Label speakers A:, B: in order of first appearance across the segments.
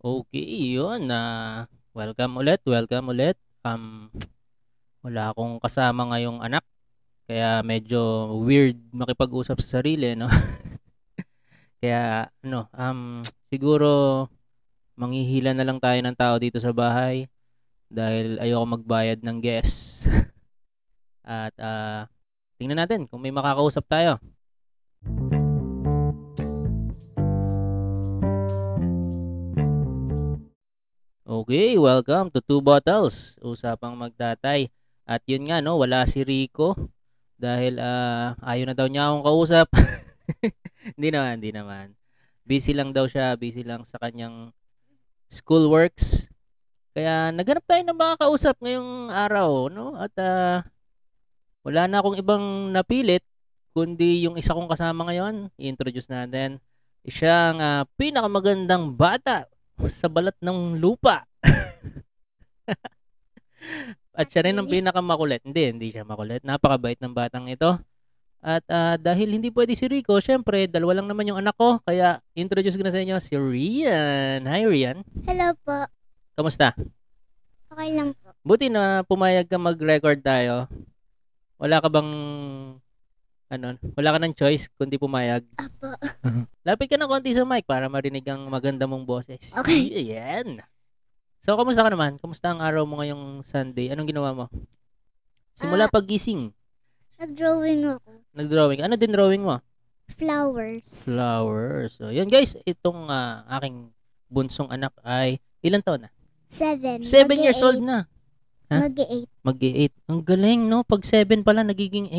A: Okay, yun. na welcome ulit, welcome ulit. Um, wala akong kasama ngayong anak. Kaya medyo weird makipag-usap sa sarili, no? kaya, ano, um, siguro manghihila na lang tayo ng tao dito sa bahay dahil ayoko magbayad ng guest. At ah, tingnan natin kung may makakausap tayo. Okay, welcome to Two Bottles, usapang magtatay. At yun nga no, wala si Rico dahil ah ayaw na daw niya akong kausap. Hindi naman, hindi naman. Busy lang daw siya, busy lang sa kanyang school works. Kaya naghanap tayo ng makakausap ngayong araw, no? At ah, wala na akong ibang napilit kundi yung isa kong kasama ngayon, i-introduce natin. Siya ang ah, pinakamagandang bata sa balat ng lupa. At siya rin ang
B: Okay.
A: pinakamakulit. Hindi, hindi siya makulit. Napakabait ng batang ito. At ah, dahil hindi pwede si Rico, syempre, dalawa lang naman yung anak ko. Kaya introduce ko na sa inyo si Rian. Hi, Rian.
B: Hello po.
A: Kamusta?
B: Okay lang po.
A: Buti na pumayag ka mag-record tayo. Wala ka bang ano, wala ka ng choice kundi pumayag.
B: Apo.
A: Lapit ka ng konti sa mic para marinig ang maganda mong boses.
B: Okay.
A: Yan. So, kamusta ka naman? Kamusta ang araw mo ngayong Sunday? Anong ginawa mo? Simula
B: Ah.
A: paggising,
B: Nag-drawing ako.
A: nag-drawing. Ano din drawing mo?
B: Flowers.
A: Flowers. So, yun guys, itong ah, aking bunsong anak ay ilan taon na?
B: Seven.
A: Seven years old na. Ha?
B: Mag-eight.
A: Mag-8. Ang galing, no? Pag 7 pala, nagiging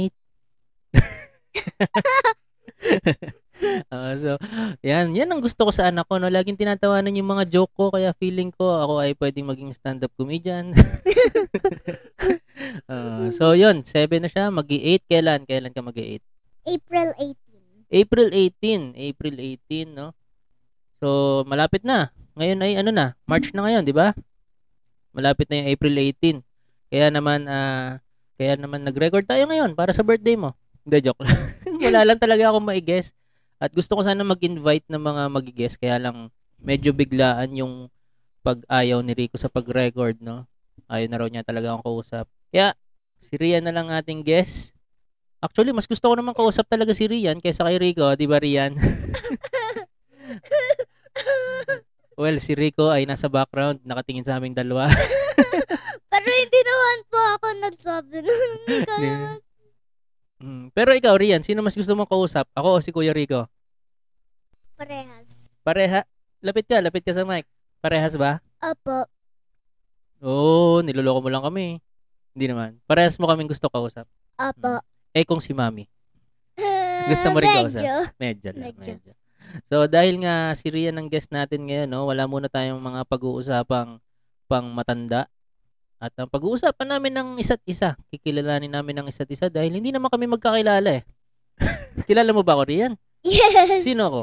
A: 8. Ah, so, yan. Yan ang gusto ko sa anak ko, no? Laging tinatawanan yung mga joke ko, kaya feeling ko ako ay pwedeng maging stand-up comedian. Ah, so, yun. 7 na siya. Mag-8. Kailan? Kailan ka mag-8?
B: April 18.
A: April 18. April 18, no? So, malapit na. Ngayon ay ano na, March na ngayon, di ba? Malapit na yung April 18. Kaya naman, ah, kaya naman nag-record tayo ngayon para sa birthday mo. Hindi, joke lang. Wala lang talaga akong ma-guess. At gusto ko sana mag-invite ng mga mag-guess. Kaya lang, medyo biglaan yung pag-ayaw ni Rico sa pag-record, no? Ayaw na raw niya talaga akong kausap. Kaya, si Rian na lang ating guest. Actually, mas gusto ko naman kausap talaga si Rian kaysa kay Rico, Ah, di ba Rian? well, si Rico ay nasa background, nakatingin sa aming dalawa.
B: Pero hindi naman po ako nagsabi nun. Ikaw
A: Di-
B: naman.
A: Mm, Pero ikaw, Rian, sino mas gusto mong kausap? Ako o si Kuya Rico?
B: Parehas.
A: Pareha. Lapit ka, lapit ka sa mic. Parehas ba?
B: Opo.
A: Oo, niloloko mo lang kami. Hindi naman. Parehas mo kaming gusto kausap.
B: Opo.
A: Eh kung si Mami. Hmm. Gusto mo rin kausap?
B: Medyo.
A: Medyo lang, medyo.
B: Medyo.
A: So, dahil nga si Rian ang guest natin ngayon, no, wala muna tayong mga pag-uusapang pang matanda. At ang pag-uusapan namin ng isa't isa, kikilalanin namin ng isa't isa dahil hindi naman kami magkakilala eh. Kilala mo ba ako, Rian?
B: Yes.
A: Sino ako?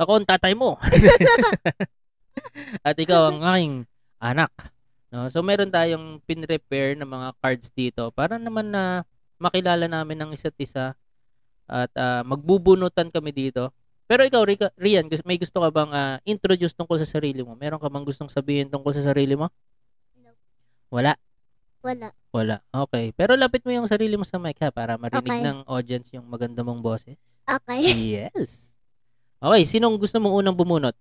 A: Ako ang tatay mo. At ikaw ang aking anak. No? So meron tayong pin-repair ng mga cards dito para naman na makilala namin ng isa't isa at ah, magbubunutan kami dito. Pero ikaw, Rica- Rian, gus- may gusto ka bang ah, introduce tungkol sa sarili mo? Meron ka bang gustong sabihin tungkol sa sarili mo?
B: Nope.
A: Wala?
B: Wala.
A: Wala. Okay. Pero lapit mo yung sarili mo sa mic ha para marinig
B: Okay.
A: ng audience yung maganda mong boses.
B: Okay.
A: Yes. Okay, sinong gusto mong unang bumunot?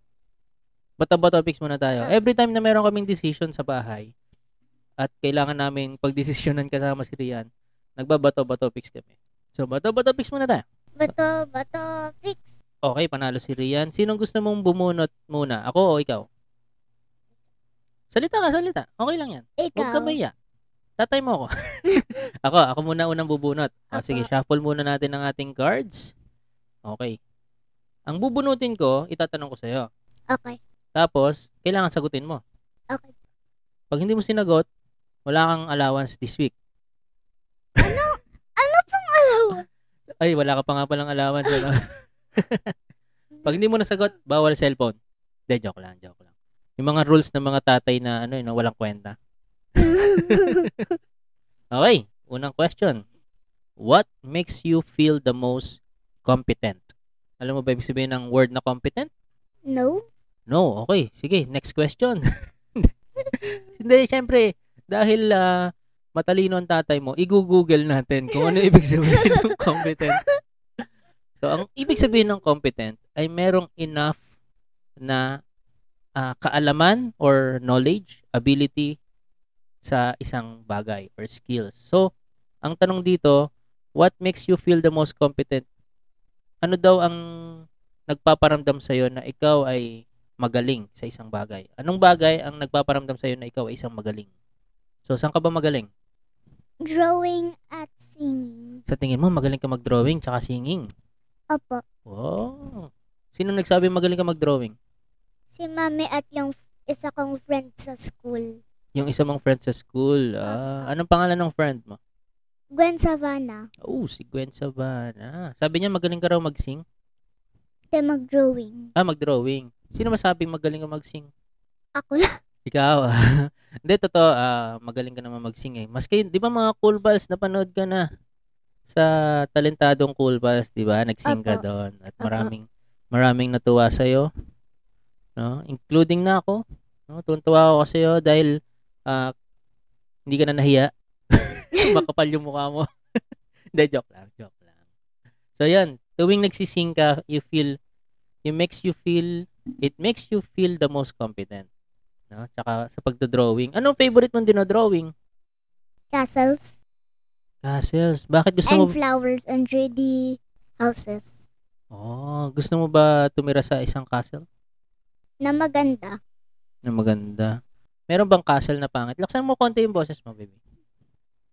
A: Bata-bata topics muna tayo. Every time na meron kaming decision sa bahay at kailangan namin pagdesisyonan kasama si Rian, nagbabato-bato topics kami. So, bato-bato topics muna tayo.
B: Bato, bato, fix.
A: Okay, panalo si Rian. Sinong gusto mong bumunot muna? Ako o ikaw? Salita ka, salita. Okay lang yan. Huwag
B: Ikaw.
A: ka maya. Tatay mo ako. ako, ako muna unang bubunot. O,
B: Ako.
A: sige, shuffle muna natin ang ating cards. Okay. Ang bubunutin ko, itatanong ko sa'yo.
B: Okay.
A: Tapos, kailangan sagutin mo.
B: Okay.
A: Pag hindi mo sinagot, wala kang allowance this week.
B: Ano pong alam?
A: Ay, wala ka pa nga palang allowance. Ano? Pag hindi mo nasagot, bawal cellphone. Hindi, joke lang, joke lang. Yung mga rules ng mga tatay na ano, yun, na walang kwenta. Okay, unang question. What makes you feel the most competent? Alam mo ba ibig sabihin ng word na competent?
B: no?
A: No, okay. Sige, next question. Hindi, syempre, dahil ah, matalino ang tatay mo, i-google natin kung ano ibig sabihin ng competent. So, ang ibig sabihin ng competent ay merong enough na ah, kaalaman or knowledge, ability sa isang bagay or skills. So, ang tanong dito, what makes you feel the most competent? Ano daw ang nagpaparamdam sa'yo na ikaw ay magaling sa isang bagay? Anong bagay ang nagpaparamdam sa'yo na ikaw ay isang magaling? So, saan ka ba magaling?
B: Drawing at singing.
A: Sa tingin mo, magaling ka mag-drawing tsaka singing.
B: Opo.
A: Wow. Sino nagsabi magaling ka mag-drawing?
B: Si mami at yung isa kong friend sa school.
A: Yung isa mong friend sa school. Ah, anong pangalan ng friend mo?
B: Gwen Savannah.
A: Oh, si Gwen Sabana. Sabi niya magaling ka raw mag-sing?
B: Then mag-drawing.
A: Ah, mag-drawing. Sino masabing magaling ka mag-sing?
B: Ako lang.
A: Ikaw. Hindi, totoo. ah, magaling ka naman mag-sing eh. Maski, di ba mga cool balls, napanood ka na sa talentadong cool balls, di ba? Nag-sing ka
B: Opo.
A: doon. At
B: Opo.
A: maraming, maraming natuwa sa'yo. No? Including na ako. No? Tuntua ako sa'yo dahil ah, hindi ka na nahiya. Makapal yung mukha mo. Hindi, joke lang. Joke lang. So, yan. Tuwing nagsising ka, you feel, you makes you feel, it makes you feel the most competent. No? Tsaka sa pagdodrawing. Anong favorite mong dinodrawing?
B: Castles
A: Castles. Bakit gusto mo?
B: and flowers and 3D houses.
A: Oh, gusto mo ba tumira sa isang castle
B: Na maganda.
A: na maganda? Meron bang castle na pangit? Laksan mo konti yung boses mo, baby.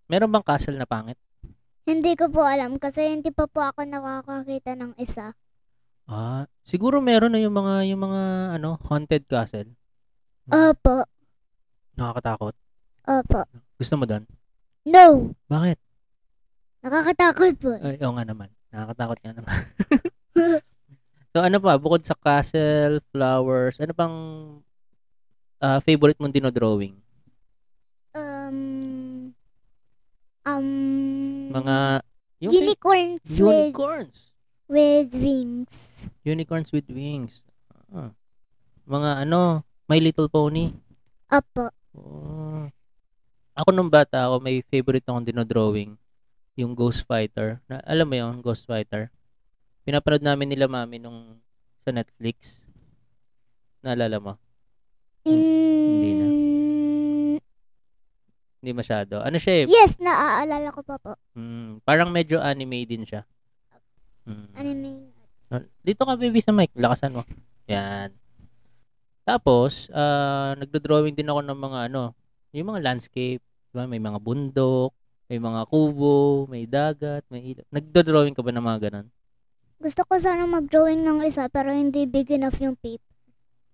A: Meron bang castle na pangit?
B: Hindi ko po alam kasi hindi pa po ako nakakakita ng isa.
A: Ah, siguro meron na yung mga yung mga ano, haunted castle.
B: Opo.
A: Nakakatakot.
B: Opo.
A: Gusto mo doon?
B: No!
A: Bakit?
B: Nakakatakot po.
A: Ay, oo nga naman. Nakakatakot nga naman. so, ano pa? Bukod sa castle, flowers, ano pang ah, favorite mong dinodrawing?
B: Um... Um...
A: Mga yung fav-
B: unicorns with,
A: unicorns.
B: with wings.
A: Unicorns with wings. Ah. Mga ano, My Little Pony.
B: Opo.
A: Oh. Ako nung bata ako, may favorite akong dinodrawing. Yung Ghost Fighter. Na, alam mo yun, Ghost Fighter? Pinapanood namin nila mami nung sa Netflix. Naalala mo?
B: In...
A: Hmm, hindi na. Hindi masyado. Ano siya eh?
B: Yes, naaalala ko pa po.
A: Mm, parang medyo anime din siya. Mm.
B: Anime.
A: Ah, Dito ka baby sa mic, lakasan mo. Yan. Tapos, ah nagdo-drawing din ako ng mga ano, yung mga landscape, di ba? may mga bundok, may mga kubo, may dagat, may ilog. Nagdo-drawing ka ba ng mga ganun?
B: Gusto ko sana mag-drawing ng isa pero hindi big enough yung paper.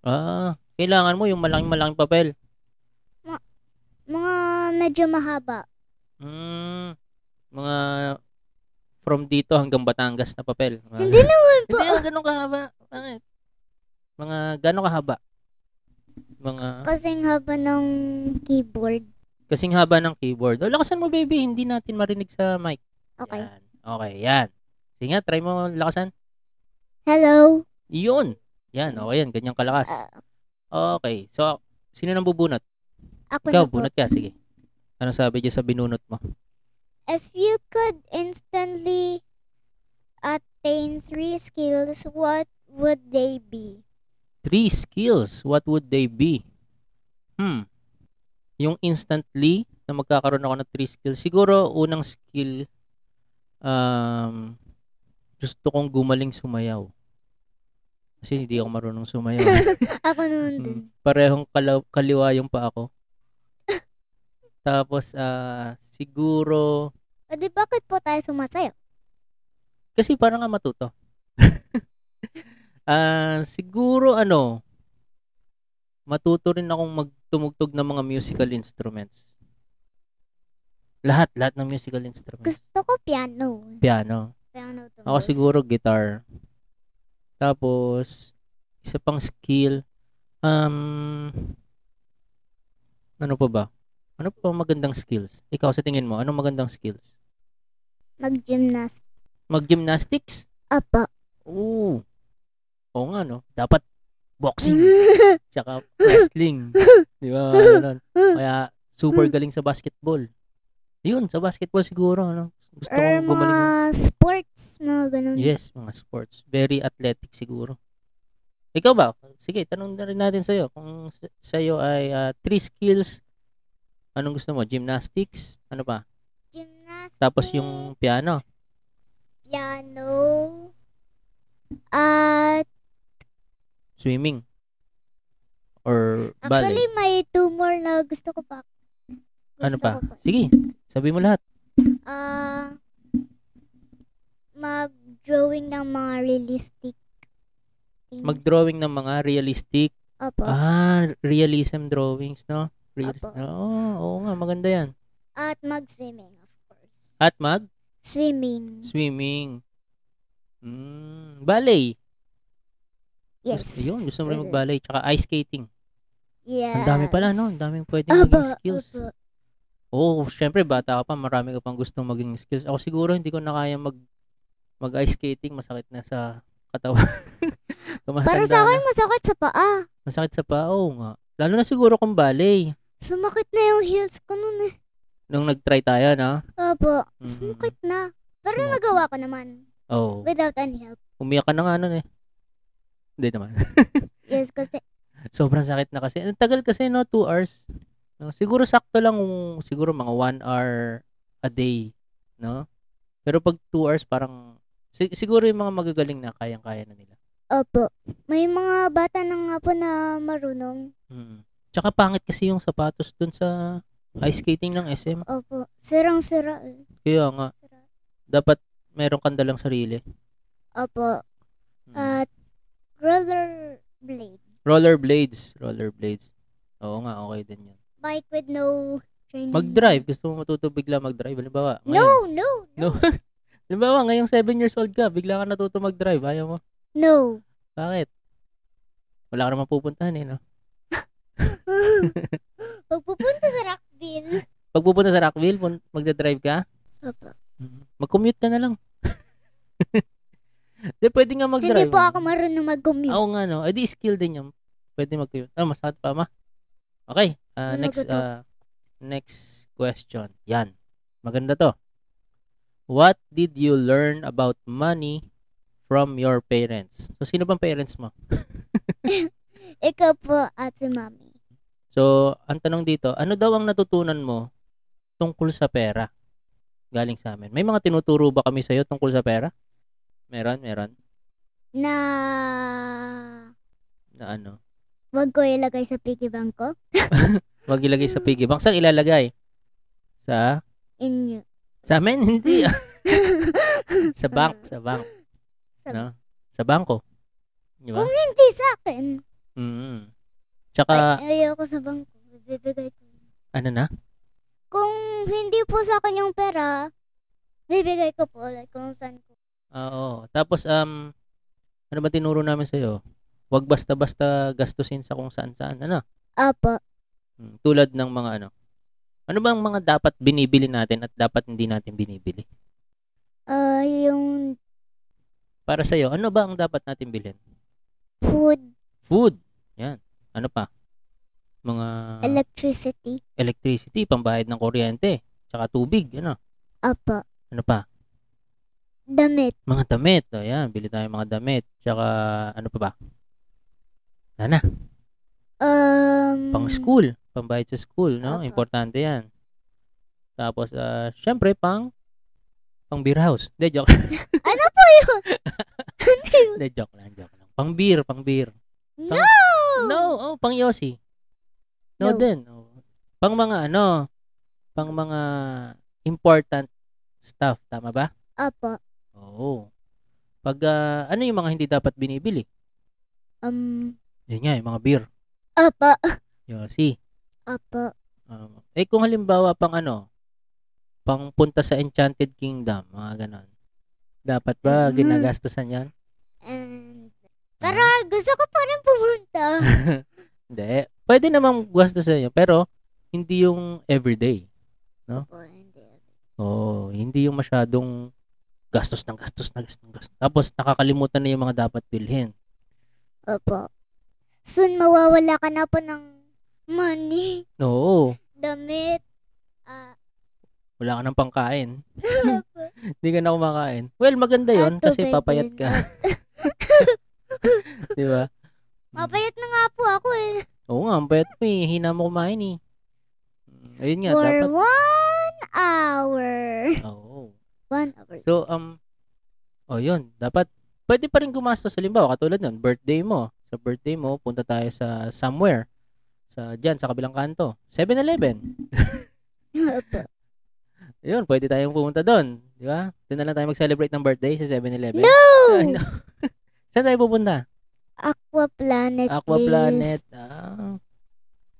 A: Ah, kailangan mo yung malaking-malaking papel.
B: Mga medyo mahaba.
A: Mm, mga from dito hanggang Batangas na papel. Mga-
B: Hindi naman po.
A: Hindi, ang ganun kahaba. Bakit? Mga gano'ng kahaba? Mga
B: Kasing haba ng keyboard.
A: kasing haba ng keyboard. O, lakasan mo, baby. Hindi natin marinig sa mic.
B: Okay.
A: Yan. Okay, yan. Sige nga, try mo lakasan.
B: Hello?
A: Yun. Yan, okay yan. Ganyang kalakas.
B: Ah,
A: Okay. So, sino nang bubunot?
B: ako
A: Ikaw,
B: na po.
A: bunot ka. Sige. Ano sabi dyan sa binunot mo?
B: If you could instantly attain three skills, what would they be?
A: Three skills. What would they be? Hmm. Yung instantly na magkakaroon ako ng three skills. Siguro, unang skill, um, gusto kong gumaling sumayaw. Kasi hindi ako marunong sumayaw.
B: Ako noon din.
A: Mm, parehong kalaw- kaliwa yung pa ako. Tapos, ah, siguro,
B: O di bakit po tayo sumasayo?
A: Hmm. kasi parang nga matuto. Ah, siguro, ano, matuto rin akong magtumugtog ng mga musical instruments. Lahat, lahat ng musical instruments.
B: Gusto ko piano.
A: Piano.
B: Piano to.
A: Ako siguro guitar. Tapos isa pang skill um ano pa ba? Ano pa ang magandang skills? Ikaw sa tingin mo, anong magandang skills?
B: Mag-gymnast.
A: Mag-gymnastics?
B: Apo.
A: Oo. Oo nga no. Dapat boxing, tsaka wrestling. Di ba? mga ganun. Kaya super galing sa basketball. Yun, sa basketball siguro. Ano? Gusto
B: Or
A: kong
B: mga
A: gumaling.
B: sports, mga ganun.
A: Yes, mga sports. Very athletic siguro. Ikaw ba? Sige, tanong na rin natin sa'yo. Kung sa- sa'yo ay ah, three skills, anong gusto mo? Gymnastics? Ano pa?
B: Gymnastics.
A: Tapos yung piano.
B: Piano. ah, At
A: Swimming? Or ballet?
B: actually, may two more na gusto ko pa. Gusto
A: Ano pa?
B: ko pa.
A: Sige, sabi mo lahat.
B: Ah, mag-drawing ng mga realistic things.
A: Mag-drawing ng mga realistic.
B: Opo.
A: Ah, realism drawings, no? Real-
B: Apo.
A: Oo, oo nga, maganda yan.
B: At mag-swimming, of course.
A: At mag?
B: Swimming.
A: Swimming. Mm, ballet.
B: Yes.
A: Gusto, yun, gusto mo rin mag-ballet. Tsaka ice skating.
B: Yes.
A: Ang dami pala, no? Ang daming pwede
B: Opo,
A: maging skills.
B: opo.
A: Oo, oh, syempre, bata ka pa, marami ka pang gustong maging skills. Ako siguro, hindi ko na kaya mag mag-ice skating. Masakit na sa katawan.
B: Para sa
A: Tumatanda
B: akin,
A: na.
B: masakit sa paa.
A: Masakit sa paa, oo nga. Lalo na siguro kung ballet.
B: Sumakit na yung heels ko nun eh.
A: Nung nag-try tayo, no?
B: Opo.
A: Mm.
B: Sumakit na. Pero
A: Sumakit.
B: nagawa ko naman.
A: Oh,
B: Without any help.
A: umiyak ka na nga nun eh. Hindi naman.
B: Yes, kasi
A: Sobrang sakit na kasi. Ang tagal kasi, no? Two hours. No? Siguro sakto lang kung siguro mga one hour a day, no? Pero pag two hours, parang si- siguro yung mga magagaling na kayang-kaya na nila.
B: Opo. May mga bata na nga po na marunong.
A: Mm. Tsaka pangit kasi yung sapatos dun sa ice skating ng SM.
B: Opo. Sirang-sira eh.
A: Kaya nga, dapat meron kang dalang sarili.
B: Opo.
A: Mm.
B: At roller blade.
A: rollerblades. Rollerblades. Oo nga, okay din yun.
B: Bike with no training.
A: Mag-drive. Gusto mo matuto bigla mag-drive. Halimbawa, ngayon,
B: No, no, no.
A: No. Halimbawa, ngayong 7 years old ka, bigla ka natuto mag-drive. Ayaw mo.
B: No.
A: Bakit? Wala ka naman pupuntahan eh, no?
B: Pagpupunta sa Rockville.
A: Pag pupunta sa Rockville, pun- magda-drive ka,
B: Opo.
A: mag-commute ka na lang. Di, pwede nga
B: Hindi
A: mag-drive.
B: po ako marunong mag-commute.
A: Oo nga, no? Eh, di skill din yun. Pwede mag-commute. Ah, masakit pa, ma. Okay. ah,
B: Ano
A: next,
B: ba to?
A: ah, next question. Yan. Maganda to. What did you learn about money from your parents? So, sino bang parents mo? Oh.
B: Ikaw po, ate mami.
A: So, ang tanong dito, ano daw ang natutunan mo tungkol sa pera galing sa amin? May mga tinuturo ba kami sa'yo tungkol sa pera? Meron, meron.
B: Na
A: Na ano?
B: wag ko ilagay sa piggy bank ko.
A: Huwag ilagay sa piggy bank. Saan ilalagay? Sa?
B: Inyo.
A: Sa amin? Hindi. sa bank. Sa bank.
B: Sa-
A: No? Sa bangko. Di ba?
B: Kung hindi sa akin,
A: Mm. Tsaka,
B: ay, ayoko sa bangko. Bibigay ko.
A: ano na?
B: Kung hindi po sa akin yung pera, bibigay ko po ulit kung saan ko.
A: Ah, Oo. Tapos, um, ano ba tinuro namin sa'yo? Huwag basta-basta gastusin sa kung saan-saan. Ano?
B: Apo.
A: Mm, tulad ng mga ano. Ano ba ang mga dapat binibili natin at dapat hindi natin binibili?
B: Ah, yung
A: Para sa iyo, ano ba ang dapat natin bilhin?
B: food,
A: Food. Yan. Ano pa? Mga
B: electricity.
A: electricity, pambayad ng kuryente, tsaka tubig, ano?
B: Apo.
A: Ano pa?
B: Damit.
A: Mga damit. O yan, bili tayo ng mga damit. Tsaka ano pa ba?
B: Um,
A: Pang school, pambayad sa school, no?
B: Opo.
A: Importante 'yan. Tapos ah, syempre pang pang beer house. De joke.
B: Ano po yun?
A: De joke lang, joke lang. Pang beer, pang beer.
B: No!
A: No, oh, pang Yossi. No,
B: No.
A: din. Oh. Pang mga ano, pang mga important stuff, tama ba?
B: Apo.
A: Oo. Pag ah, ano yung mga hindi dapat binibili?
B: Um,
A: Yun nga, yung mga beer,
B: apo.
A: Yossi.
B: Apo.
A: Um, eh kung halimbawa pang ano, pang punta sa Enchanted Kingdom, mga ganon. Dapat ba
B: Mhm.
A: ginagastasan yan?
B: And, pero
A: Ah.
B: gusto ko pa rin pumunta.
A: Hindi. Pwede namang gastasan yun, pero hindi yung everyday.
B: Opo, hindi.
A: Oo, hindi yung masyadong gastos ng gastos na gastos ng gastos. Tapos nakakalimutan na yung mga dapat bilhin.
B: Opo. soon mawawala ka na po ng money,
A: Oo.
B: damit, ah,
A: Wala ka ng pangkain. Hindi ka na kumakain. Well, maganda yon
B: At
A: kasi
B: tubig
A: papayat
B: din.
A: ka. Di ba?
B: Mapayat na nga po ako eh.
A: Oo nga, ang payat mo eh. Hina mo kumain eh. Mm, Ayun nga,
B: For
A: dapat.
B: one hour.
A: Oo.
B: One hour.
A: So, um, oh yun, dapat, pwede pa rin gumastos. Halimbawa, katulad nun, birthday mo. Sa birthday mo, punta tayo sa somewhere. Sa, dyan, sa kabilang kanto. 7-Eleven.
B: Opo.
A: Yun, pwede tayong pumunta doon. Di ba? Doon na lang tayo mag-celebrate ng birthday sa 7-Eleven.
B: no!
A: Ah, no. Saan tayo pupunta?
B: Aquaplanet,
A: Aqua
B: please.
A: Planet. Ah.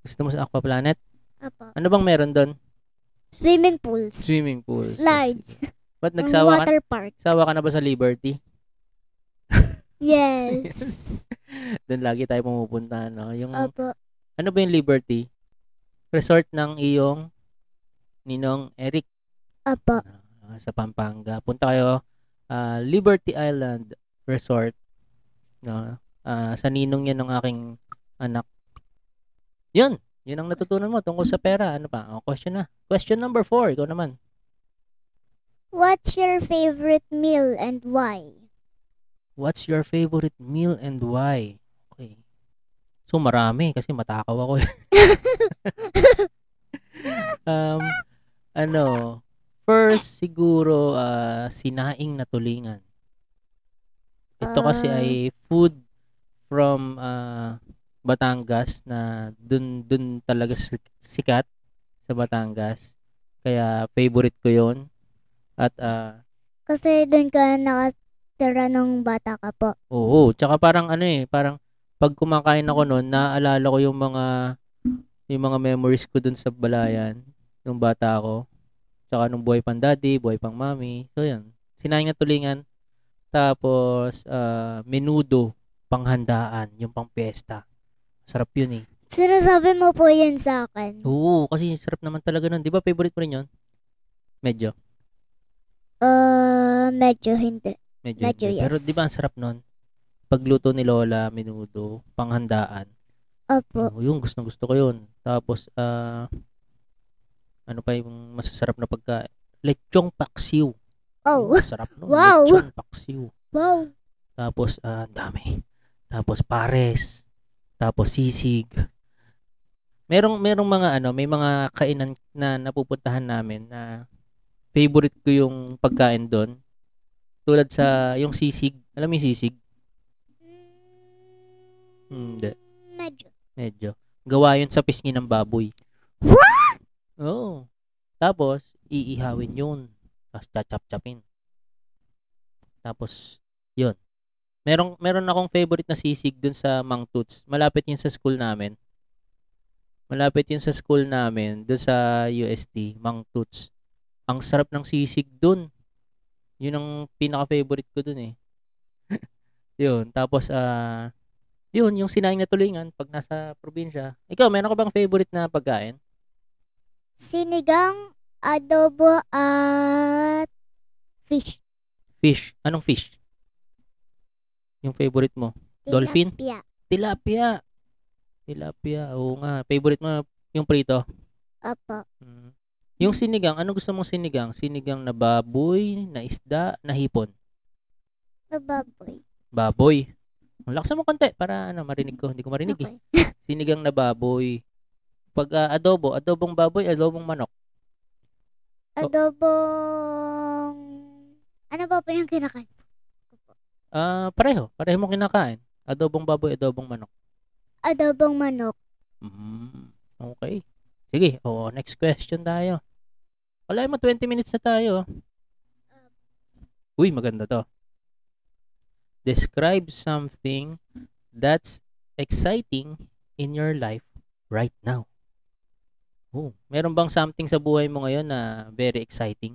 A: Gusto mo sa Aqua Planet?
B: Opo.
A: Ano bang meron doon?
B: Swimming pools.
A: Swimming pool.
B: Slides.
A: Ba't
B: Ang
A: nagsawa ka,
B: water park.
A: sawa ka na ba sa Liberty?
B: Yes.
A: Doon lagi tayo pumupunta. No? Yung,
B: Opo.
A: Ano ba yung Liberty? Resort ng iyong ninong Eric
B: Opo.
A: ah, sa Pampanga. Punta kayo ah, Liberty Island Resort no? Ah, sa ninong yan ng aking anak. Yun! Yun ang natutunan mo tungkol sa pera. Ano pa? Oh, question na. Question number four. Ikaw naman.
B: What's your favorite meal and why?
A: What's your favorite meal and why? Okay. So marami kasi matakaw ako. eh. um, ano, first siguro ah, sinaing na tulingan. Ito kasi
B: Ah.
A: ay food from ah, Batangas na dun dun talaga sik- sikat sa Batangas. Kaya favorite ko 'yon. At ah,
B: Kasi doon ka nakatira nung bata ka po.
A: Oo, tsaka parang ano eh, parang pag kumakain ako noon, naaalala ko yung mga yung mga memories ko dun sa balayan nung bata ako. Tsaka nung buhay pang daddy, buhay pang mami. So yun, sinaing na tulingan. Tapos ah, menudo, panghandaan, yung pangpesta. Sarap yun eh.
B: Sinasabi mo po yun sa akin.
A: Oo, kasi sarap naman talaga nun. Di ba favorite mo rin yun? Medyo.
B: Uh, medyo hindi.
A: Medyo,
B: Medyo
A: hindi. Pero
B: yes.
A: di ba ang sarap nun? Pagluto ni Lola, menudo, panghandaan.
B: Opo.
A: Oo, yung gustong gusto ko Ano, yun. Tapos, ah, ano pa yung masasarap na pagka? Lechong paksiw.
B: Oh.
A: Yung Sarap nun.
B: Wow.
A: Lechong paksiw.
B: Wow.
A: Tapos, ah, ang dami. Tapos, pares. Tapos, sisig. Merong, merong mga ano, may mga kainan na napupuntahan namin na favorite ko yung pagkain doon. Tulad sa, yung sisig. Alam mo yung sisig?
B: Hmm.
A: Hindi.
B: Medyo.
A: Medyo. Gawa yun sa pisngi ng baboy.
B: What?
A: Oo. Tapos, iihawin yun. Tapos, chachap-chapin. Tapos, yun. Merong, meron akong favorite na sisig dun sa Mang Toots. Malapit yun sa school namin. Malapit yun sa school namin, dun sa UST, Mang Toots. Ang sarap ng sisig dun. Yun ang pinaka-favorite ko dun eh. yun. Tapos, ah yun, yung sinaing na tulingan pag nasa probinsya. Ikaw, meron ka bang favorite na pagkain?
B: Sinigang, adobo, at fish.
A: Fish. Anong fish? Yung favorite mo? Dolphin?
B: Tilapia.
A: Tilapia. Tilapia. Oo nga. Favorite mo yung prito?
B: Opo.
A: Mm. Yung sinigang, ano gusto mong sinigang? Sinigang na baboy, na isda, na hipon?
B: Na baboy.
A: Baboy. Laksa mo konti para ano, marinig ko. Hindi ko marinig eh.
B: Okay.
A: Sinigang na baboy. Pag ah, adobo, adobong baboy, adobong manok.
B: Ano
A: Oh.
B: Adobong... Ano ba po yung kinakain?
A: Ah, pareho. Pareho mo kinakain. Adobong baboy, adobong manok.
B: Adobong manok.
A: Mm, okay. Sige, oh, next question tayo. Wala mo, 20 minutes na tayo. Uy, maganda to. Describe something that's exciting in your life right now. Oh, meron bang something sa buhay mo ngayon na very exciting?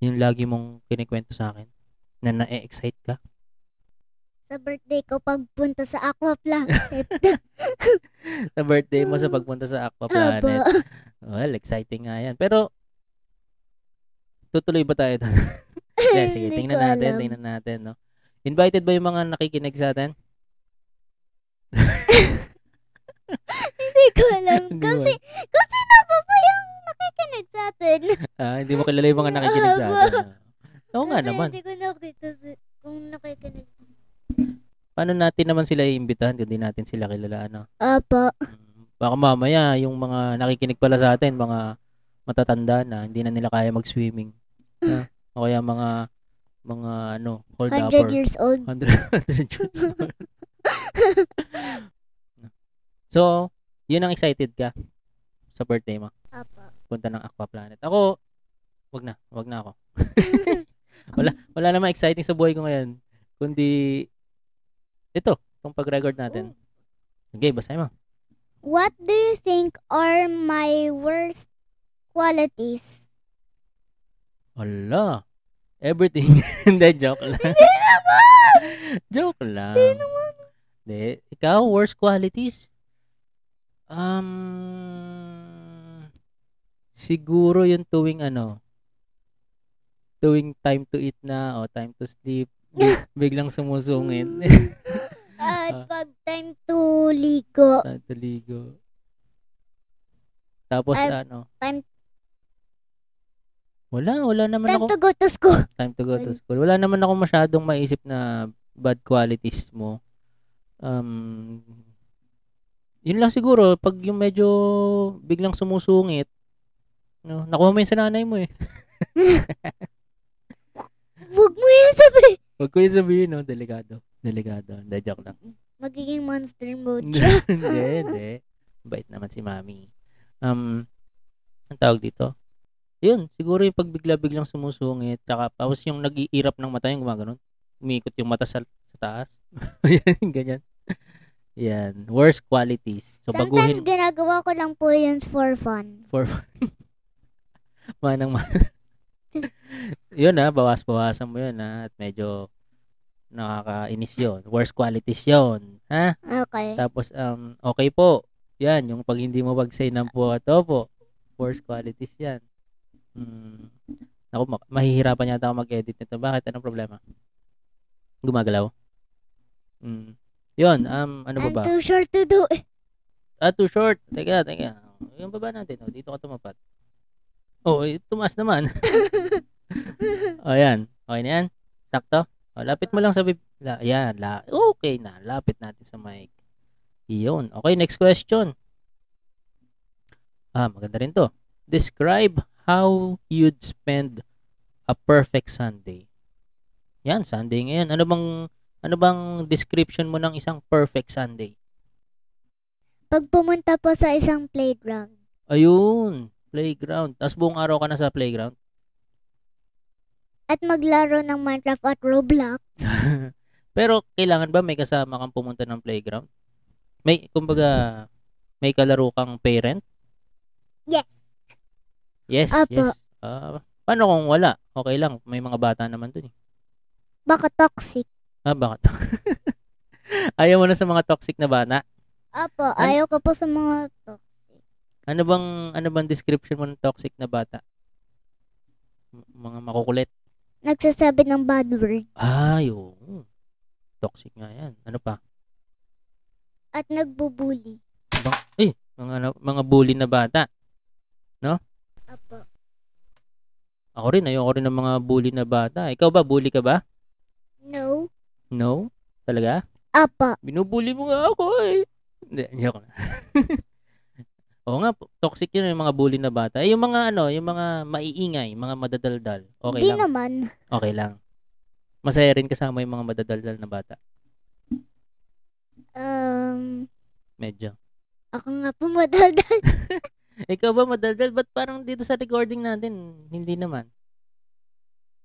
A: Yung lagi mong kinikwento sa akin na na-excite ka?
B: Sa birthday ko, pagpunta sa aquaplanet.
A: sa birthday mo sa pagpunta sa Aqua
B: Opo.
A: Planet. Well, exciting nga yan. Pero, tutuloy ba tayo doon? Hindi, sige,
B: Hindi
A: tingnan
B: ko
A: natin,
B: alam.
A: tingnan natin, no? Invited ba yung mga nakikinig sa atin?
B: Hindi ko alam.
A: Hindi mo
B: Kasi, kasi na pa pa yung nakikinig sa atin.
A: Ah, hindi mo kilala yung mga nakikinig sa atin. ah. Oo nga
B: Kasi
A: naman.
B: Hindi ko nakita si- kung nakikinig.
A: Paano natin naman sila iimbitahan kung di natin sila kilala, ano?
B: Opo.
A: Mm, Baka mamaya yung mga nakikinig pala sa atin, mga matatanda na, hindi na nila kaya mag-swimming. Ah, o kaya mga mga ano, hold
B: 100
A: upper.
B: years old.
A: 100 years old. so, yun ang excited ka sa birthday mo.
B: Opo.
A: Punta ng Aqua Planet. Ako, wag na. Wag na ako. wala, wala namang exciting sa buhay ko ngayon. Kundi, ito, itong pag-record natin. Okay, basahin mo.
B: What do you think are my worst qualities?
A: Ala. Everything. Hindi, joke lang. Hindi naman! joke lang. Hindi naman. Hindi. Ikaw, worst qualities? Um, siguro yung tuwing ano, tuwing time to eat na o time to sleep, bi- biglang sumusungit. Ah.
B: At pag time to ligo,
A: time to ligo. Tapos
B: Ay,
A: ano?
B: time-
A: Wala, wala naman
B: time
A: ako
B: to go to school.
A: time to go to
B: Well-
A: school. Wala naman ako masyadong maisip na bad qualities mo. Um, yun lang siguro, pag yung medyo biglang sumusungit, no, nakuha mo yun sa nanay mo eh.
B: Huwag mo yan sabi.
A: Huwag ko yun sabihin, no, delikado. Delikado, hindi, joke lang.
B: Magiging monster mode
A: hindi,
B: siya.
A: hindi. Bait naman si mami. Um, ang tawag dito? Yun, siguro yung pagbigla-biglang sumusungit, tsaka tapos yung nag-iirap ng mata, yung gumaganon. Umiikot yung mata sa, sa taas. Yan, ganyan. Yan, worst qualities. So,
B: Sometimes
A: baguhin
B: ginagawa ko lang po yun for fun.
A: for fun. Manang man. yun ha, bawas-bawasan mo yun ha. At medyo nakakainis yun. Worst qualities yun. Ha?
B: Okay.
A: Tapos, um, okay po. Yan, yung pag hindi mo pag-say ng po at po. Worst qualities yan. Hmm. Ako, ma- mahihirapan yata ako mag-edit nito. Bakit? Anong problema? Gumagalaw? Hmm. Yun, um, ano ba
B: I'm
A: ba?
B: too short to do it.
A: Ah, too short. Teka, teka. Yung baba natin, oh, dito ka tumapat. Oh, eh, tumaas naman. o, yan. Okay na yan? Sakto? O, lapit mo lang sa bib... La, yan, la, okay na. Lapit natin sa mic. Iyon. Okay, next question. Ah, maganda rin to. Describe how you'd spend a perfect Sunday. Yan, Sunday ngayon. Ano bang ano bang description mo ng isang perfect Sunday?
B: Pag pumunta po sa isang playground,
A: Ayun, playground. Tapos buong araw ka na sa playground.
B: at maglaro ng Minecraft at Roblox,
A: Pero kailangan ba may kasama kang pumunta ng playground? May, kumbaga, may kalaro kang parent?
B: yes.
A: Yes,
B: Apo.
A: yes. Ah, paano kung wala? Okay lang, may mga bata naman dun eh.
B: Baka toxic.
A: Ah, bakit? Ayaw mo na sa mga toxic na bata?
B: Opo,
A: An-
B: ayaw ko po sa mga to.
A: Ano bang, ano bang description mo ng toxic na bata? M- mga makukulit.
B: Nagsasabi ng bad words.
A: Ay, oo. Toxic nga yan. Ano pa?
B: At nagbubuli.
A: Eh, mga, na- mga bully na bata.
B: Opo.
A: Ako rin, ayoko rin ng mga bully na bata. Ikaw ba, bully ka ba?
B: No.
A: No? Talaga?
B: Opo.
A: Binubully mo nga ako eh. Hindi, joke na. Oo nga, po, toxic yun yung mga bully na bata. Eh, yung mga ano, yung mga maiingay, mga madadaldal. Okay
B: Di
A: lang.
B: naman.
A: Okay lang. Masaya rin kasama yung mga madadaldal na bata.
B: Um,
A: Medyo.
B: ako nga po madaldal.
A: Ikaw ba madaldal? Ba't parang dito sa recording natin? Hindi naman.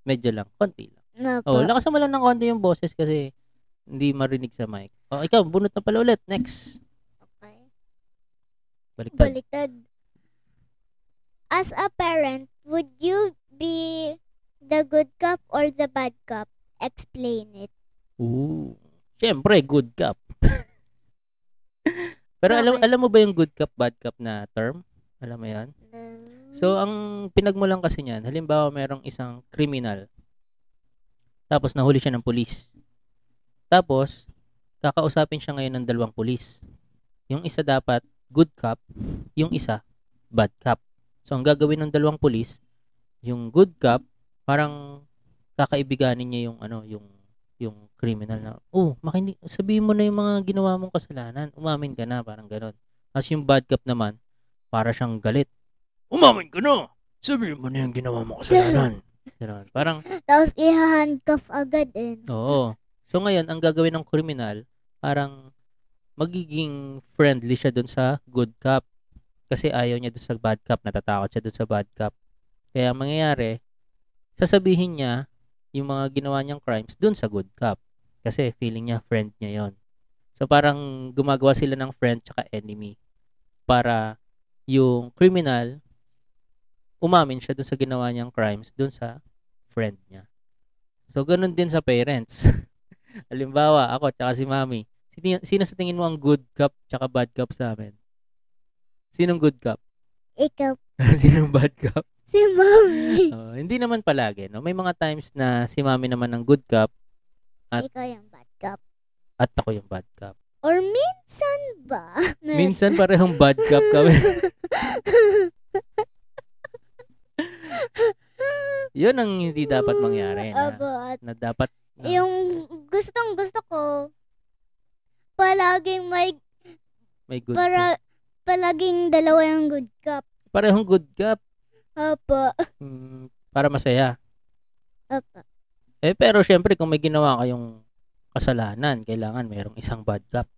A: Medyo lang. Konti lang. Oh,
B: Opo.
A: lakas mo lang ng konti yung boses kasi hindi marinig sa mic. Oh, ikaw, bunot na pala ulit. Next.
B: Okay.
A: Baliktad.
B: Baliktad. As a parent, would you be the good cop or the bad cop? Explain it.
A: Ooh. Siyempre, good cup. Pero alam
B: Bakit?
A: alam mo ba yung good cup, bad cup na term? Alam mo yan?
B: Hmm.
A: So, uh, ang pinagmulan kasi niyan, halimbawa merong isang kriminal, tapos nahuli siya ng pulis. Tapos, kakausapin siya ngayon ng dalawang pulis. Yung isa dapat good cop, yung isa bad cop. So ang gagawin ng dalawang pulis, yung good cop parang kakaibiganin niya yung ano, yung yung criminal na, oh, makinig, sabihin mo na yung mga ginawa mong kasalanan, umamin ka na, parang ganon. As yung bad cop naman, para siyang galit. Umamin ka na! Sabihin mo na yung ginawa mong kasalanan. Ganon. Parang,
B: Tapos i-handcuff agad eh. no?
A: Oo. So ngayon, ang gagawin ng kriminal, parang magiging friendly siya dun sa good cop. Kasi ayaw niya dun sa bad cop, natatakot siya dun sa bad cop. Kaya ang mangyayari, sasabihin niya yung mga ginawa niyang crimes dun sa good cop. Kasi feeling niya friend niya yon. So parang gumagawa sila ng friend tsaka enemy para yung criminal umamin siya dun sa ginawa niyang crimes dun sa friend niya. So, ganun din sa parents. Halimbawa, ako tsaka si mami. Sino, sino sa tingin mo ang good cop tsaka bad cop sa amin? Sinong good cop?
B: Ikaw,
A: Sinong bad cop?
B: si mommy.
A: Oo, hindi naman palagi. No? May mga times na si mami naman ang good cop At-
B: Ikaw yung bad cop.
A: at ako yung bad cop.
B: Or minsan ba? Meron-
A: Minsan parehong bad cop kami. Yun ang hindi dapat mangyari. Na,
B: Abo, at
A: na dapat na-
B: yung gustong gusto ko, palaging may,
A: may good cop.
B: para, palaging dalawa yung good cop.
A: Parehong good cop
B: Opo,
A: mm, para masaya.
B: opo.
A: Eh, pero syempre, kung may ginawa kayong kasalanan, kailangan mayroong isang bad cop.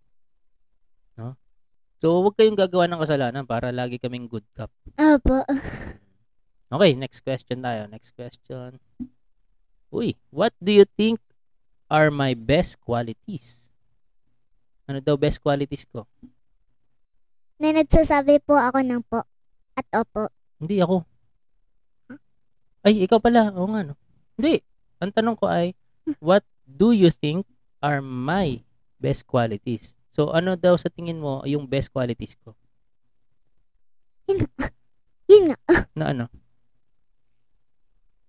A: No? So, huwag kayong gagawa ng kasalanan para lagi kaming good cop.
B: Opo.
A: Okay, next question tayo. Next question. Uy, what do you think are my best qualities? Ano daw best qualities ko?
B: Na nagsasabi po ako ng po at opo.
A: Hindi ako. Ay, ikaw pala. Oo nga, no? Hindi. Ang tanong ko ay, what do you think are my best qualities? So, ano daw sa tingin mo yung best qualities ko?
B: Yun nga.
A: Na ano?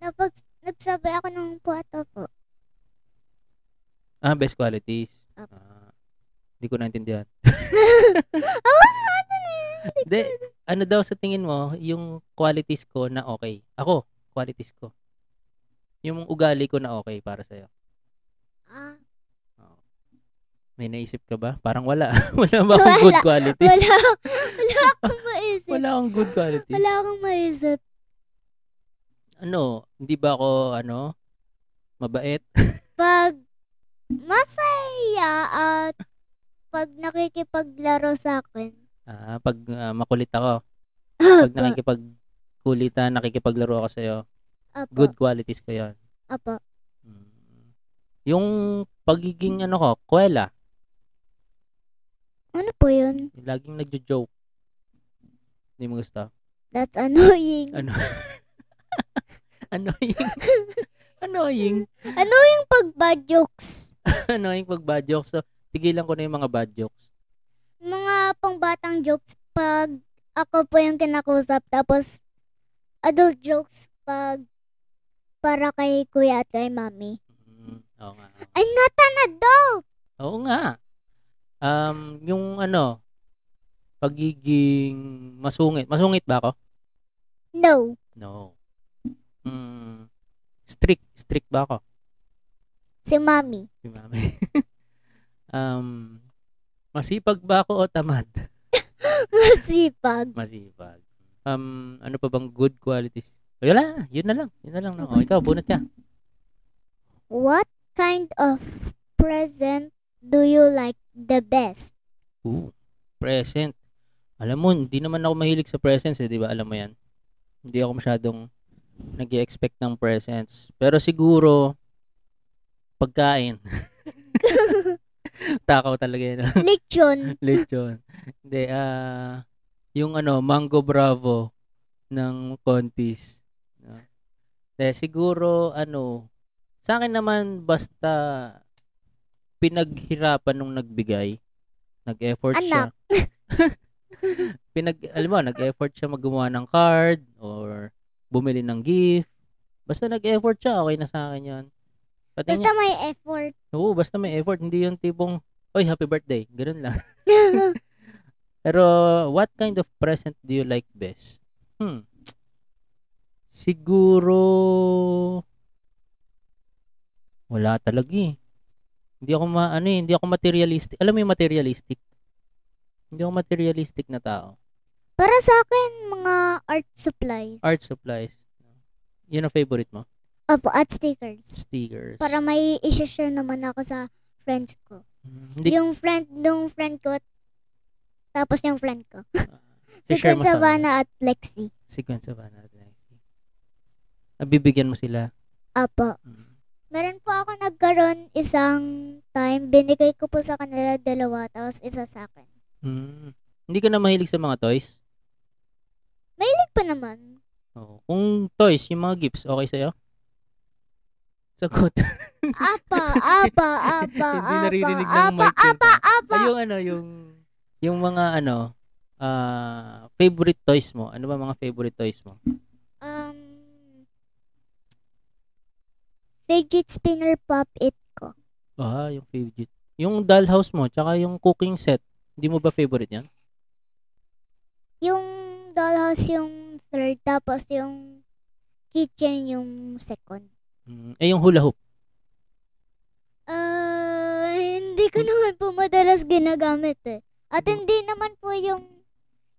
B: Kapag nagsabi ako ng po at opo.
A: Ah, best qualities.
B: Apo.
A: Ah, Hindi ko naintindihan.
B: Oo nga, ano na yun?
A: Hindi. Ano daw sa tingin mo yung qualities ko na okay? Ako, qualities ko. Yung ugali ko na okay para sa'yo.
B: Ah,
A: May naisip ka ba? Parang wala. wala ba akong good
B: Wala.
A: qualities?
B: wala, wala akong maisip.
A: Wala akong good qualities.
B: Wala akong maisip.
A: ano, hindi ba ako, ano, mabait?
B: Pag masaya at pag nakikipaglaro sa akin.
A: Ah, pag ah, makulit ako, pag
B: Apo,
A: nakikipagkulitan, nakikipaglaro ako sa'yo,
B: apo,
A: good qualities ko yun.
B: apo.
A: Mm. Yung pagiging, ano ko, kwela,
B: Ano po yun?
A: laging nagjo-joke. Hindi mo gusto?
B: That's annoying.
A: Ano? annoying. annoying.
B: Ano yung pag bad jokes?
A: annoying pag bad jokes. So, tigilan ko na yung mga bad jokes.
B: Mga pangbatang jokes pag ako po yung kinakusap. Tapos adult jokes pag para kay kuya at kay mami.
A: Mm, oo nga. oo nga.
B: I'm not an adult!
A: Oo nga. Um, yung ano, pagiging masungit. Masungit ba ako?
B: No.
A: No. Mm, strict. Strict ba ako?
B: Si mami.
A: Si mami. um, masipag ba ako o tamad?
B: Masipag.
A: Masipag. Um, ano pa bang good qualities? Wala, yun na lang. Yun na lang. No? O, ikaw, bunot ka.
B: What kind of present do you like the best?
A: Ooh, present. Alam mo, hindi naman ako mahilig sa presents, eh, di ba? Alam mo yan. Hindi ako masyadong nag expect ng presents. Pero siguro, pagkain. Takaw talaga yun.
B: Lechon.
A: Lechon. Hindi, ah, yung ano, Mango Bravo ng Contis. No? Hindi, siguro, ano, sa akin naman, basta pinaghirapan nung nagbigay, nag-effort siya. Pinag, alam mo, nag-effort siya maggumawa ng card or bumili ng gift. Basta nag-effort siya, okay na sa akin yun. Pati
B: Basta may effort.
A: Oo, basta may effort. Hindi yung tipong, oy, happy birthday. Ganun lang. Pero what kind of present do you like best? Hmm. Siguro wala talaga eh. Hindi ako ma ano eh, hindi ako materialistic. Alam mo yung materialistic? Hindi ako materialistic na tao.
B: Para sa akin, mga art supplies.
A: Art supplies. Yun ang favorite mo?
B: Opo, at stickers.
A: Stickers.
B: Para may isi-share naman ako sa friends ko.
A: Mm, Hindi,
B: Yung friend, nung friend ko, tapos yung friend ko. Si
A: share
B: Ken
A: mo sa kanila.
B: Savannah at Lexi.
A: Sequence of Nabibigyan mo sila.
B: Apo.
A: Mm.
B: Meron po ako nagkaroon isang time, binigay ko po sa kanila dalawa, tapos isa sa akin.
A: Mm. Hindi ka na mahilig sa mga toys?
B: Hindi po naman.
A: Oo. Kung toys, yung mga gifts, okay sa'yo? Sagot.
B: Apa, apa, apa,
A: Hindi
B: apa,
A: naririnig ng
B: apa,
A: mic yun,
B: apa,
A: pa.
B: apa.
A: Ay, yung ano, yung, yung mga ano, ah, favorite toys mo. Ano ba mga favorite toys mo?
B: Um, fidget spinner pop it ko.
A: Ah, yung favorite. Yung dollhouse mo, tsaka yung cooking set. Hindi mo ba favorite yan?
B: Yung dollhouse yung third, tapos yung kitchen yung second.
A: Mm. Eh, yung hula hoop.
B: Ah, hindi ko naman po madalas ginagamit eh. At hindi naman po yung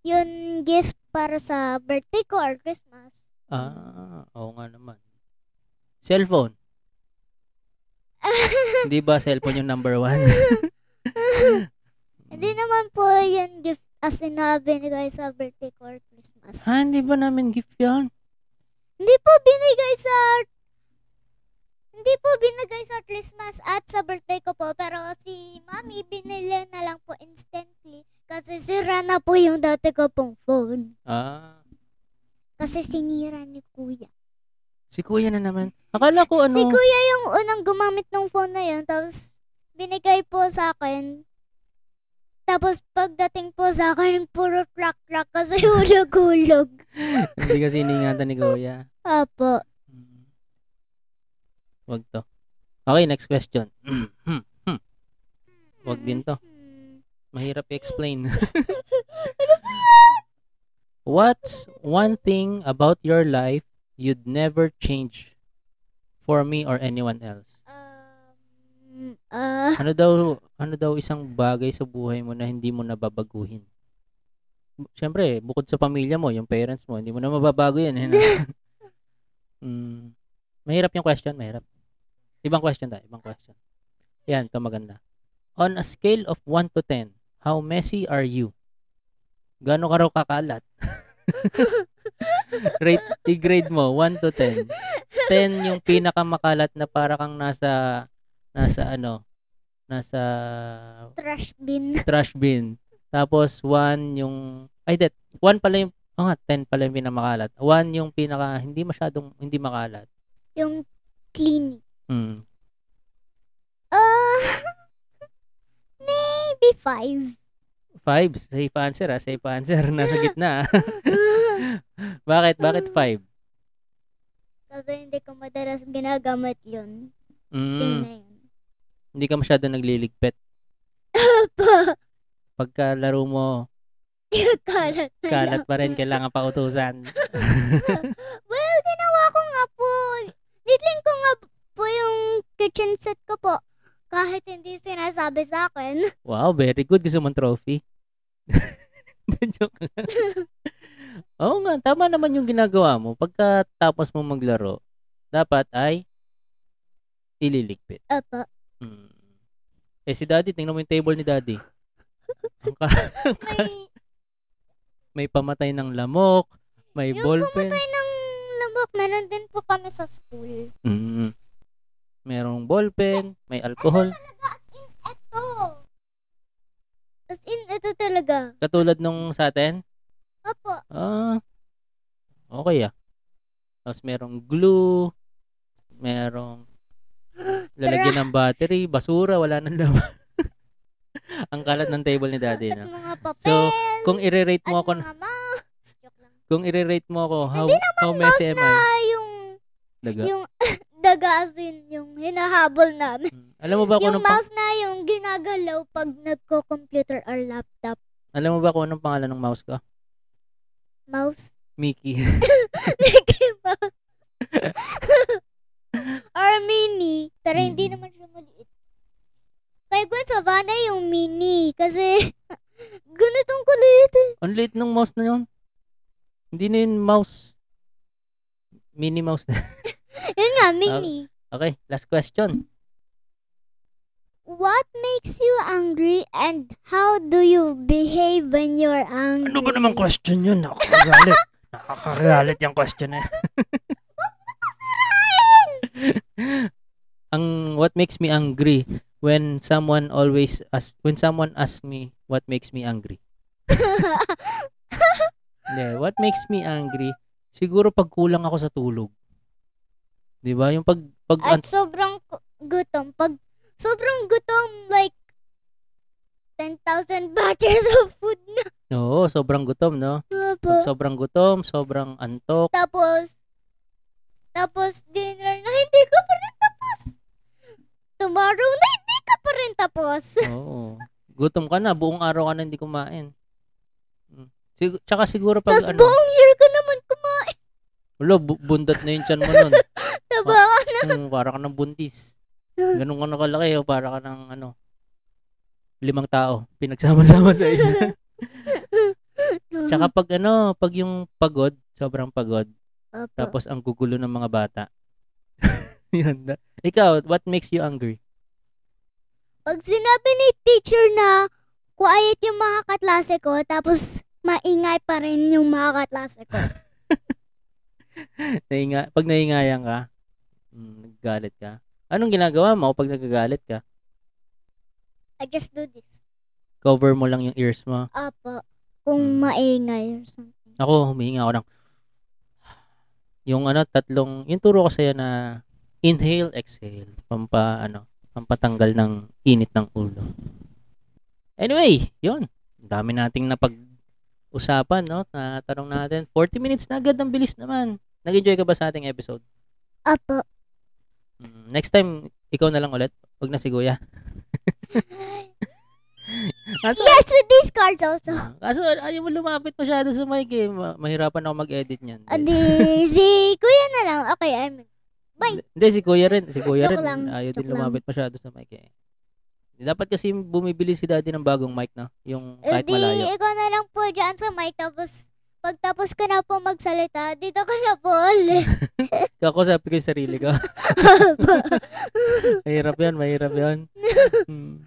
B: yung gift para sa birthday ko or Christmas.
A: Ah, oo nga naman. Cellphone. Hindi ba cellphone yung number one?
B: Hindi naman po yung gift as in na binigay sa birthday ko or Christmas.
A: ha, Ah, hindi ba namin gift yun?
B: Hindi po binigay sa hindi po binigay sa Christmas at sa birthday ko po. Pero si Mami binili na lang po instantly. Kasi sira na po yung dati ko pong phone.
A: Ah,
B: Kasi sinira ni Kuya.
A: si kuya na naman. Akala ko ano,
B: Si Kuya yung unang gumamit ng phone na yun. Tapos binigay po sa akin. Tapos pagdating po sa akin, puro crack-crack kasi hulog-hulog.
A: hindi kasi iningatan ni kuya.
B: Apo.
A: Mm. Wag to. Okay, next question. Hmm, Wag din to.
B: Hmm.
A: Mahirap i-explain.
B: Ano
A: What's one thing about your life you'd never change for me or anyone else?
B: Um, ah,
A: Ano daw ano daw isang bagay sa buhay mo na hindi mo nababaguhin? Bu- Siyempre, bukod sa pamilya mo, yung parents mo, hindi mo na mababago yan. eh, no? mm, mahirap yung question, mahirap. Ibang question tayo, ibang question. Yan, ito maganda. On a scale of 1 to 10, how messy are you? Gano'n ka raw kakalat? Rate, i-grade mo, 1 to 10. 10 yung pinakamakalat na para kang nasa, nasa ano, nasa
B: trash bin.
A: trash bin. Tapos, 1 yung, ay, that, 1 pala yung, oh nga, 10 pala yung pinakamakalat. 1 yung pinaka, hindi masyadong, hindi makalat.
B: Yung clinic.
A: Mm.
B: Uh, maybe five.
A: Five, safe answer ah, safe answer. Nasa gitna ah. Bakit? Bakit five?
B: Kasi hindi ko madalas ginagamit yun. Yun
A: Mm,
B: na yun.
A: hindi ka masyado nagliligpit.
B: Pa,
A: Pagka laro mo,
B: kalat na
A: kalat
B: lang.
A: pa rin, kailangan pa utusan.
B: Well, ginawa ko nga po. Nitling ko nga po yung kitchen set ko po. Kahit hindi sinasabi sa akin.
A: Wow, very good. Gusto mong trophy? Joke lang. Oo nga, tama naman yung ginagawa mo. Pagkatapos mo maglaro, dapat ay ililigpit.
B: Opo.
A: Mm. Eh si daddy, tingnan mo yung table ni daddy. Ang ka- may
B: May,
A: pamatay ng lamok, may
B: yung
A: ballpen.
B: kumatay ng lamok, meron din po kami sa school.
A: Mm. Merong ballpen, may alcohol.
B: Ito. As in, ito talaga.
A: Katulad nung sa atin.
B: Opo.
A: Ah, okay ah. Tapos merong glue, merong lalagyan ng battery, basura, wala nang laman. Ang kalat ng table ni daddy
B: At
A: na.
B: mga papel.
A: So, Kung i-rate
B: at
A: mo ako,
B: mga mouse. Joke lang.
A: kung i-rate mo ako, how,
B: Ano? Hindi naman
A: how
B: mouse
A: messy am
B: na
A: I?
B: yung,
A: Daga.
B: yung daga as in, yung hinahabol namin.
A: Mm. Alam mo ba kung
B: yung
A: anong pa-
B: mouse na yung ginagalaw pag nagko-computer or laptop.
A: Alam mo ba kung anong pangalan ng mouse ko?
B: Mouse.
A: Mickey.
B: Mickey Mouse. Or mini. Pero hindi
A: Mm.
B: naman siya maliit. Kay Gwen Savannah yung mini. Kasi ganitong kulit. eh.
A: Ang liit ng mouse na yun. Hindi na yun mouse. Mini mouse na.
B: Yun nga, mini.
A: Okay, last question.
B: What makes you angry and how do you behave when you're angry?
A: Ano ba naman question yun? Nakakagalit. Nakakagalit yung question eh. na yun. Ang what makes me angry when someone always ask when someone asks me what makes me angry. Yeah, what makes me angry? Siguro pag kulang ako sa tulog. 'Di ba? Yung pag pag
B: At sobrang ku- gutom. Pag sobrang gutom, like, 10,000 batches of food na
A: Oo, sobrang gutom, no?
B: nga po.
A: Pag sobrang gutom, sobrang antok.
B: Tapos, tapos dinner na hindi ko pa rin tapos. Tomorrow na hindi ka pa rin tapos.
A: Oo. Gutom ka na, buong araw ka na hindi kumain. Mm. Sig- tsaka siguro pag
B: Tapos
A: ano,
B: buong year ko naman kumain.
A: ulo, bu- bundat na yung tiyan mo nun.
B: Taba ka na.
A: Mm, para ka ng buntis. Ganun ka nakalaki, o para ka ng ano, limang tao, pinagsama-sama sa isa. tsaka pag ano, pag yung pagod, sobrang pagod,
B: Opo.
A: tapos ang gugulo ng mga bata. Yun. na. Ikaw, what makes you angry?
B: Pag sinabi ni teacher na quiet yung mga kaklase ko, tapos maingay pa rin yung mga kaklase ko.
A: Nainga, pag naingayan ka, mm, nagagalit ka. Anong ginagawa mo pag nagagalit ka?
B: I just do this.
A: Cover mo lang yung ears mo.
B: Opo. Kung
A: Hmm.
B: maingay or something.
A: Ako, humihinga ako ng yung ano, tatlong, yung turo ko sa'yo na inhale, exhale, pampa, ano, pampatanggal ng init ng ulo. Anyway, yun. Ang dami nating napag-usapan, no? Na tanong natin. 40 minutes na agad, ang bilis naman. Nag-enjoy ka ba sa ating episode?
B: Opo.
A: Mm, Next time, ikaw na lang ulit. Huwag na si Kuya. Kaso,
B: yes, with these cards also.
A: Ah, Kaso ayaw mo lumapit masyado sa mic eh. Ma- Mahirapan ako mag-edit niyan.
B: Ano Adi, si kuya na lang. Okay, I'm bye.
A: Hindi, si Kuya rin. Si Kuya
B: Joke
A: rin.
B: lang,
A: Ayaw din
B: joke lang.
A: lumapit masyado sa mic eh. Dapat kasi bumibili si daddy ng bagong mic na. Yung kahit
B: Adi,
A: malayo.
B: ikaw na lang po dyan sa mic. Tapos, pagtapos ka na po magsalita, dito ka na po ulit.
A: Ako sabi ko yung sarili ko. mahirap yun, mahirap yun. Hmm.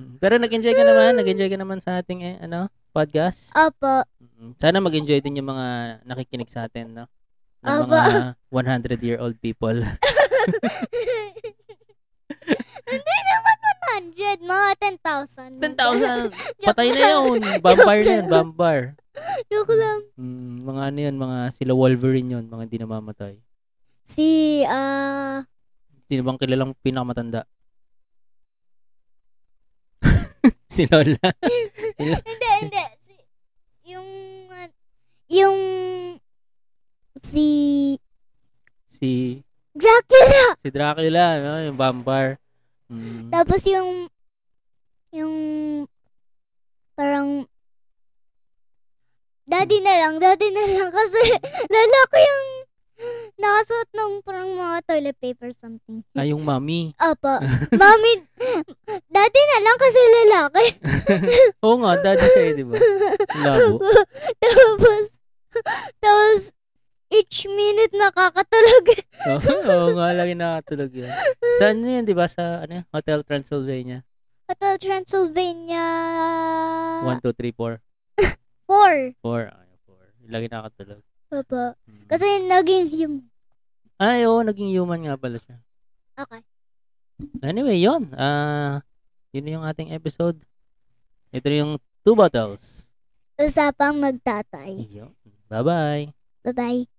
A: Hmm. Pero nag-enjoy ka naman. Nag-enjoy ka naman sa ating eh, ano, podcast.
B: Opo.
A: Mm, Sana mag-enjoy din yung mga nakikinig sa atin, no? Ng
B: Aba.
A: mga 100-year-old people.
B: Hindi naman 100, mga 10,000.
A: 10,000!
B: Joke
A: Patay na
B: lang.
A: yun! Vampire na yun,
B: lang.
A: vampire.
B: Joke lang.
A: Mm, mga ano yun, mga sila Wolverine yun, mga hindi namamatay.
B: Si, ah,
A: Sino bang kilalang pinakamatanda? si Lola.
B: hindi, hindi. Si, yung, ah, yung, si,
A: Si,
B: Dracula.
A: si Dracula, no? yung vampire. Mm.
B: Tapos yung, yung, parang, daddy na lang, daddy na lang. Kasi, lala ko yung, nakasuot ng parang mga toilet paper something.
A: Ah, yung mami.
B: Opo. Mami, daddy na lang kasi lalaki.
A: Oo nga, daddy siya eh, di ba? Labo.
B: tapos, tapos, each minute nakakatulog.
A: Oo oo nga, lagi nakatulog yun. Saan yun, di ba? Sa ano, yun? Hotel Transylvania.
B: Hotel Transylvania
A: 1, 2, 3, 4. 4.
B: 4.
A: Ay, 4. Lagi nakatulog.
B: Opo.
A: Mm.
B: Kasi naging yung,
A: Ay, oo, naging human nga pala siya.
B: okay.
A: Anyway, yon. Ah, yun yung ating episode. Ito na yung two bottles.
B: Usapang magtatay.
A: Yun. Bye-bye.
B: Bye-bye.